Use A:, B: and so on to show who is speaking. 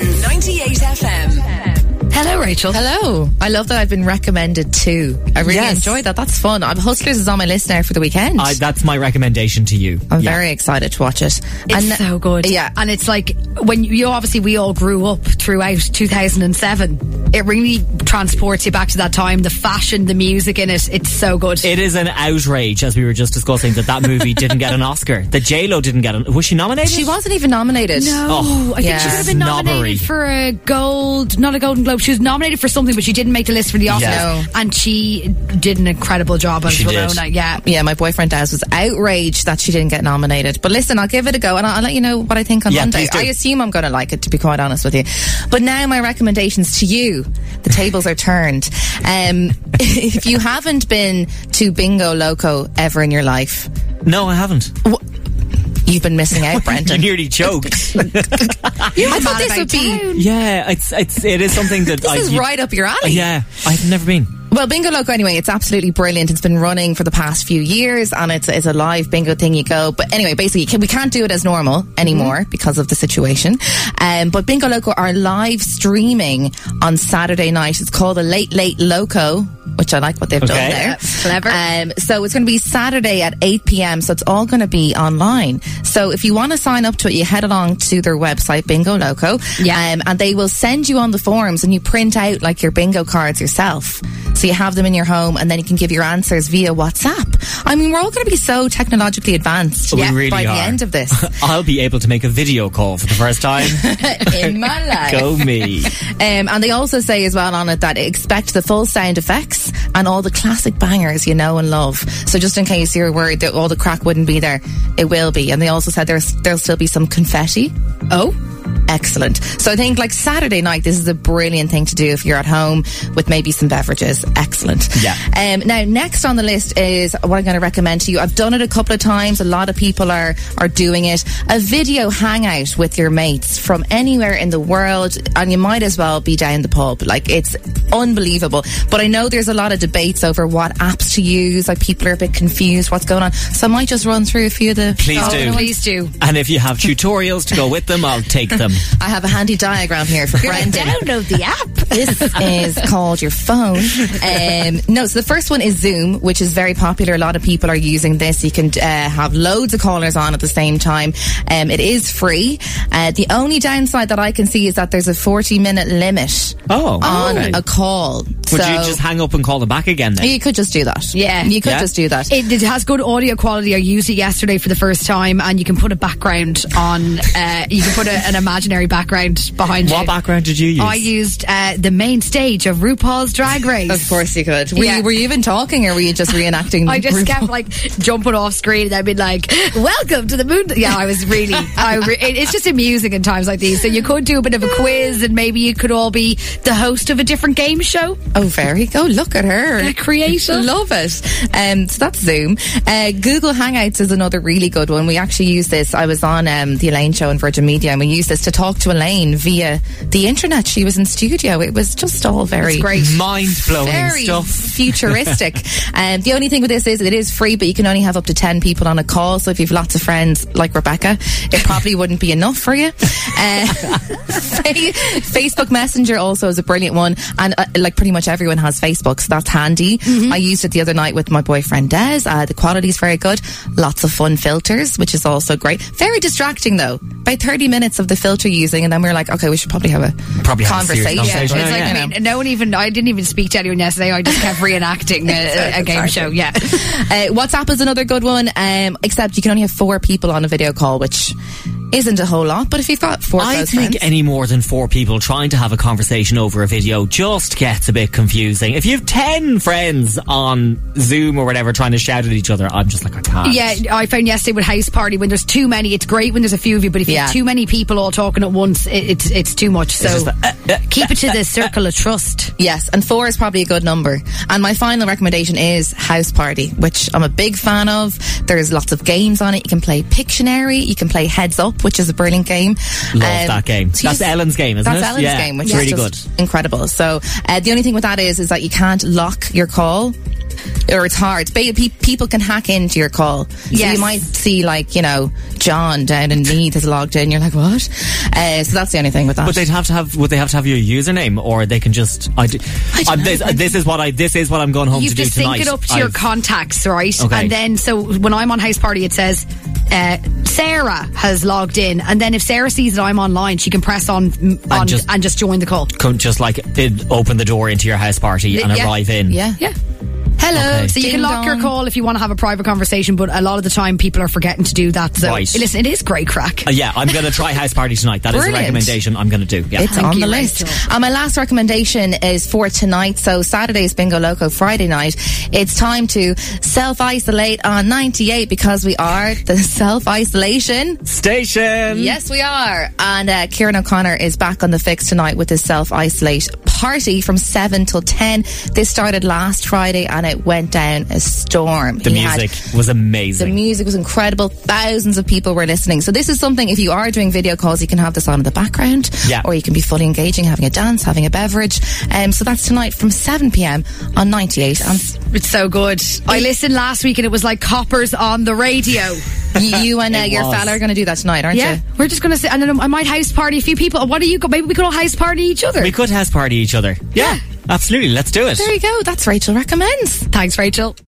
A: 98 FM.
B: Hello, Rachel.
C: Hello.
B: I love that I've been recommended too. I really
C: Yes.
B: enjoyed that. That's fun. I'm, Hustlers is on my list now for the weekend.
D: I, that's my recommendation to you.
B: I'm
D: Yeah.
B: very excited to watch it.
C: It's so good.
B: Yeah.
C: And it's like when you, you obviously we all grew up throughout 2007. It really transports you back to that time. The fashion, the music in it, it's so good.
D: It is an outrage, as we were just discussing, that that movie didn't get an Oscar. That J Lo didn't get an. Was she nominated?
B: She wasn't even nominated.
C: No,
D: Oh,
C: I think
B: yeah.
C: she could have been
D: Snobbery.
C: nominated for a gold, not a Golden Globe. She was nominated for something, but she didn't make the list for the Oscars.
B: No.
C: And she did an incredible job as
D: She did.
C: Ramona. Yeah.
B: Yeah, my boyfriend Daz was outraged that she didn't get nominated. But listen, I'll give it a go and I'll, I'll let you know what I think on
D: Yeah,
B: Monday.
D: please do.
B: I assume I'm going to like it, to be quite honest with you. But now my recommendations to you. The tables are turned. Um, if you haven't been to Bingo Loco ever in your life,
D: No, I haven't.
B: Oh, you've been missing out,
D: I
B: Brendan.
D: nearly choked.
B: I thought
C: Mad
B: this
C: About
B: would be.
C: Town.
D: yeah, it's it's it is something that
B: This
D: I.
B: is
D: you-
B: right up your alley.
D: Yeah, I've never been.
B: Well, Bingo Loco, anyway, it's absolutely brilliant. It's been running for the past few years and it's, it's a live bingo thing you go. But anyway, basically, you can- we can't do it as normal anymore
D: Mm-hmm.
B: because of the situation. Um, but Bingo Loco are live streaming on Saturday night. It's called the Late Late Loco, which I like what they've done
D: Okay.
B: there.
C: Yep, clever.
B: Um, so it's going to be Saturday at 8 p.m. So it's all going to be online. So if you want to sign up to it, you head along to their website, Bingo Loco.
C: Yeah.
B: Um, and they will send you on the forms and you print out like your bingo cards yourself. So you have them in your home and then you can give your answers via WhatsApp. I mean, we're all going to be so technologically advanced
D: We really
B: by the
D: are.
B: end of this.
D: I'll be able to make a video call for the first time.
B: in my life.
D: Go me.
B: Um, and they also say as well on it that expect the full sound effects and all the classic bangers you know and love. So just in case you're worried that all the crack wouldn't be there, it will be. And they also said there's there'll still be some confetti. Oh. Excellent. So I think like Saturday night, this is a brilliant thing to do if you're at home with maybe some beverages. Excellent.
D: Yeah.
B: Um, now, next on the list is what I'm going to recommend to you. I've done it a couple of times. A lot of people are are doing it. A video hangout with your mates from anywhere in the world, and you might as well be down the pub. Like it's unbelievable. But I know there's a lot of debates over what apps to use. Like people are a bit confused what's going on. So I might just run through a few of the.
D: Please
C: Oh,
D: do.
C: Please do.
D: And if you have tutorials to go with them, I'll take them.
B: I have a handy diagram here for Brendan.
C: Download the app.
B: this is called your phone. Um, no, so the first one is Zoom, which is very popular. A lot of people are using this. You can uh, have loads of callers on at the same time. Um, it is free. Uh, the only downside that I can see is that there's a 40 minute limit
D: Oh,
B: on
D: okay.
B: a call.
D: Would
B: so
D: you just hang up and call them back again then?
B: you could just do that.
C: Yeah.
B: You could
D: Yeah.
B: just do that.
C: It, it has good audio quality. I used it yesterday for the first time, and you can put a background on. Uh, you can put a, an imaginary background behind
D: What
C: you.
D: background did you use?
C: I used uh, the main stage of RuPaul's Drag Race.
B: of course you could. Were,
C: Yeah.
B: you, were you even talking or were you just reenacting?
C: I just
B: RuPaul?
C: kept like jumping off screen and I'd be like, welcome to the moon. Yeah, I was really, I re- it- it's just amusing in times like these. So you could do a bit of a quiz and maybe you could all be the host of a different game show.
B: Oh, very. Go look at her.
C: creative.
B: Love it. Um, so that's Zoom. Uh, Google Hangouts is another really good one. We actually use this. I was on um, the Elaine show in Virgin Media, and we used this to talk to Elaine via the internet. She was in studio. It was just all very
C: Great.
D: Mind blowing
B: Very
D: stuff.
B: futuristic. um, the only thing with this is it is free, but you can only have up to 10 people on a call. So if you've lots of friends like Rebecca, it probably wouldn't be enough for you. Uh, Fa- Facebook Messenger also is a brilliant one. And uh, like pretty much everyone has Facebook, so that's handy.
D: Mm-hmm.
B: I used it the other night with my boyfriend Des. Uh, the quality is very good. Lots of fun filters, which is also great. Very distracting though. About 30 minutes of the filter using, and then we were like, okay, we should probably have a
D: Probably have a serious
B: conversation.
D: conversation.
C: It's
D: Yeah,
C: like,
D: yeah.
C: I mean, no one even, I didn't even speak to anyone yesterday. I just kept reenacting a- a, a game show. Yeah.
B: Uh, WhatsApp is another good one, um, except you can only have four people on a video call, which isn't a whole lot. But if you've got four
D: I
B: close
D: think
B: friends,
D: any more than four people trying to have a conversation over a video just gets a bit confusing. If you have ten friends on Zoom or whatever trying to shout at each other, I'm just like, I can't.
C: Yeah, I found yesterday with house party when there's too many. It's great when there's a few of you, but if you
B: Yeah.
C: have too many people all talking at once, it, it's it's too much. So
D: just like, uh, uh,
C: keep it to the circle of trust.
B: yes, and four is probably a good number. And my final recommendation is House Party, which I'm a big fan of. There's lots of games on it. You can play Pictionary, you can play Heads Up, which is a brilliant game.
D: Love that game.
B: so you
D: That's Ellen's game, isn't
B: that's
D: it?
B: Ellen's
D: Yeah,
B: game, which
D: it's
B: is
D: really
B: just incredible. So uh, the only thing with that is, is that you can't lock your call. or it's hard. Ba- pe- people can hack into your call. So
C: Yes.
B: you might see like, you know, John down in Meath has logged in. You're like, what? Uh, so that's the only thing with that.
D: But they'd have to have. Would they have to have your username, or they can just? I. d- I- this, this is what I. This is what I'm going home
C: you
D: to do
C: have to
D: tonight.
C: sync it up to your
D: I've-
C: contacts, right?
D: Okay.
C: And then, so when I'm on house party, it says uh, Sarah has logged in, and then if Sarah sees that I'm online, she can press on on and
D: just-
C: just, join the call.
D: come just like did open the door into your house party and
C: yeah.
D: arrive in.
B: yeah.
C: Yeah.
B: Hello.
D: Okay.
C: So you
B: Ding
C: can lock your
B: dong.
C: call if you want to have a private conversation, but a lot of the time people are forgetting to do that. So
D: Right.
C: listen, it is great crack.
D: Uh, yeah, I'm going to try house party tonight. That is a
B: Brilliant.
D: recommendation I'm going to do. Yeah.
B: It's
C: Thank
B: on
C: you,
B: the list.
C: Rachel.
B: And my last recommendation is for tonight. So Saturday's Bingo Loco, Friday night. It's time to self isolate on 98 because we are the self
C: Hmm.
B: isolation.
D: Station.
B: Yes, we are. And uh, Kieran O'Connor is back on the fix tonight with his self isolate party from 7 till 10. This started last Friday and it went down a storm.
D: The
B: He had-
D: music was
B: the
D: amazing.
B: music was incredible. Thousands of people were listening. So this is something. If you are doing video calls, you can have this on in the background,
D: Yeah.
B: or you can be fully engaging, having a dance, having a beverage. Um, so that's tonight from seven pm on ninety eight. And
C: It's so good. I listened last week and it was like coppers on the radio.
B: you, you and uh, your
D: was.
B: fella are going to do that tonight, aren't
C: Yeah,
B: you?
C: we're just gonna sit and then I might house party a few people. What do you? go- Maybe we could all house party each other.
D: we could house party each other.
C: Yeah.
D: Absolutely. Let's do it.
B: There you go. That's Rachel recommends.
C: Thanks, Rachel.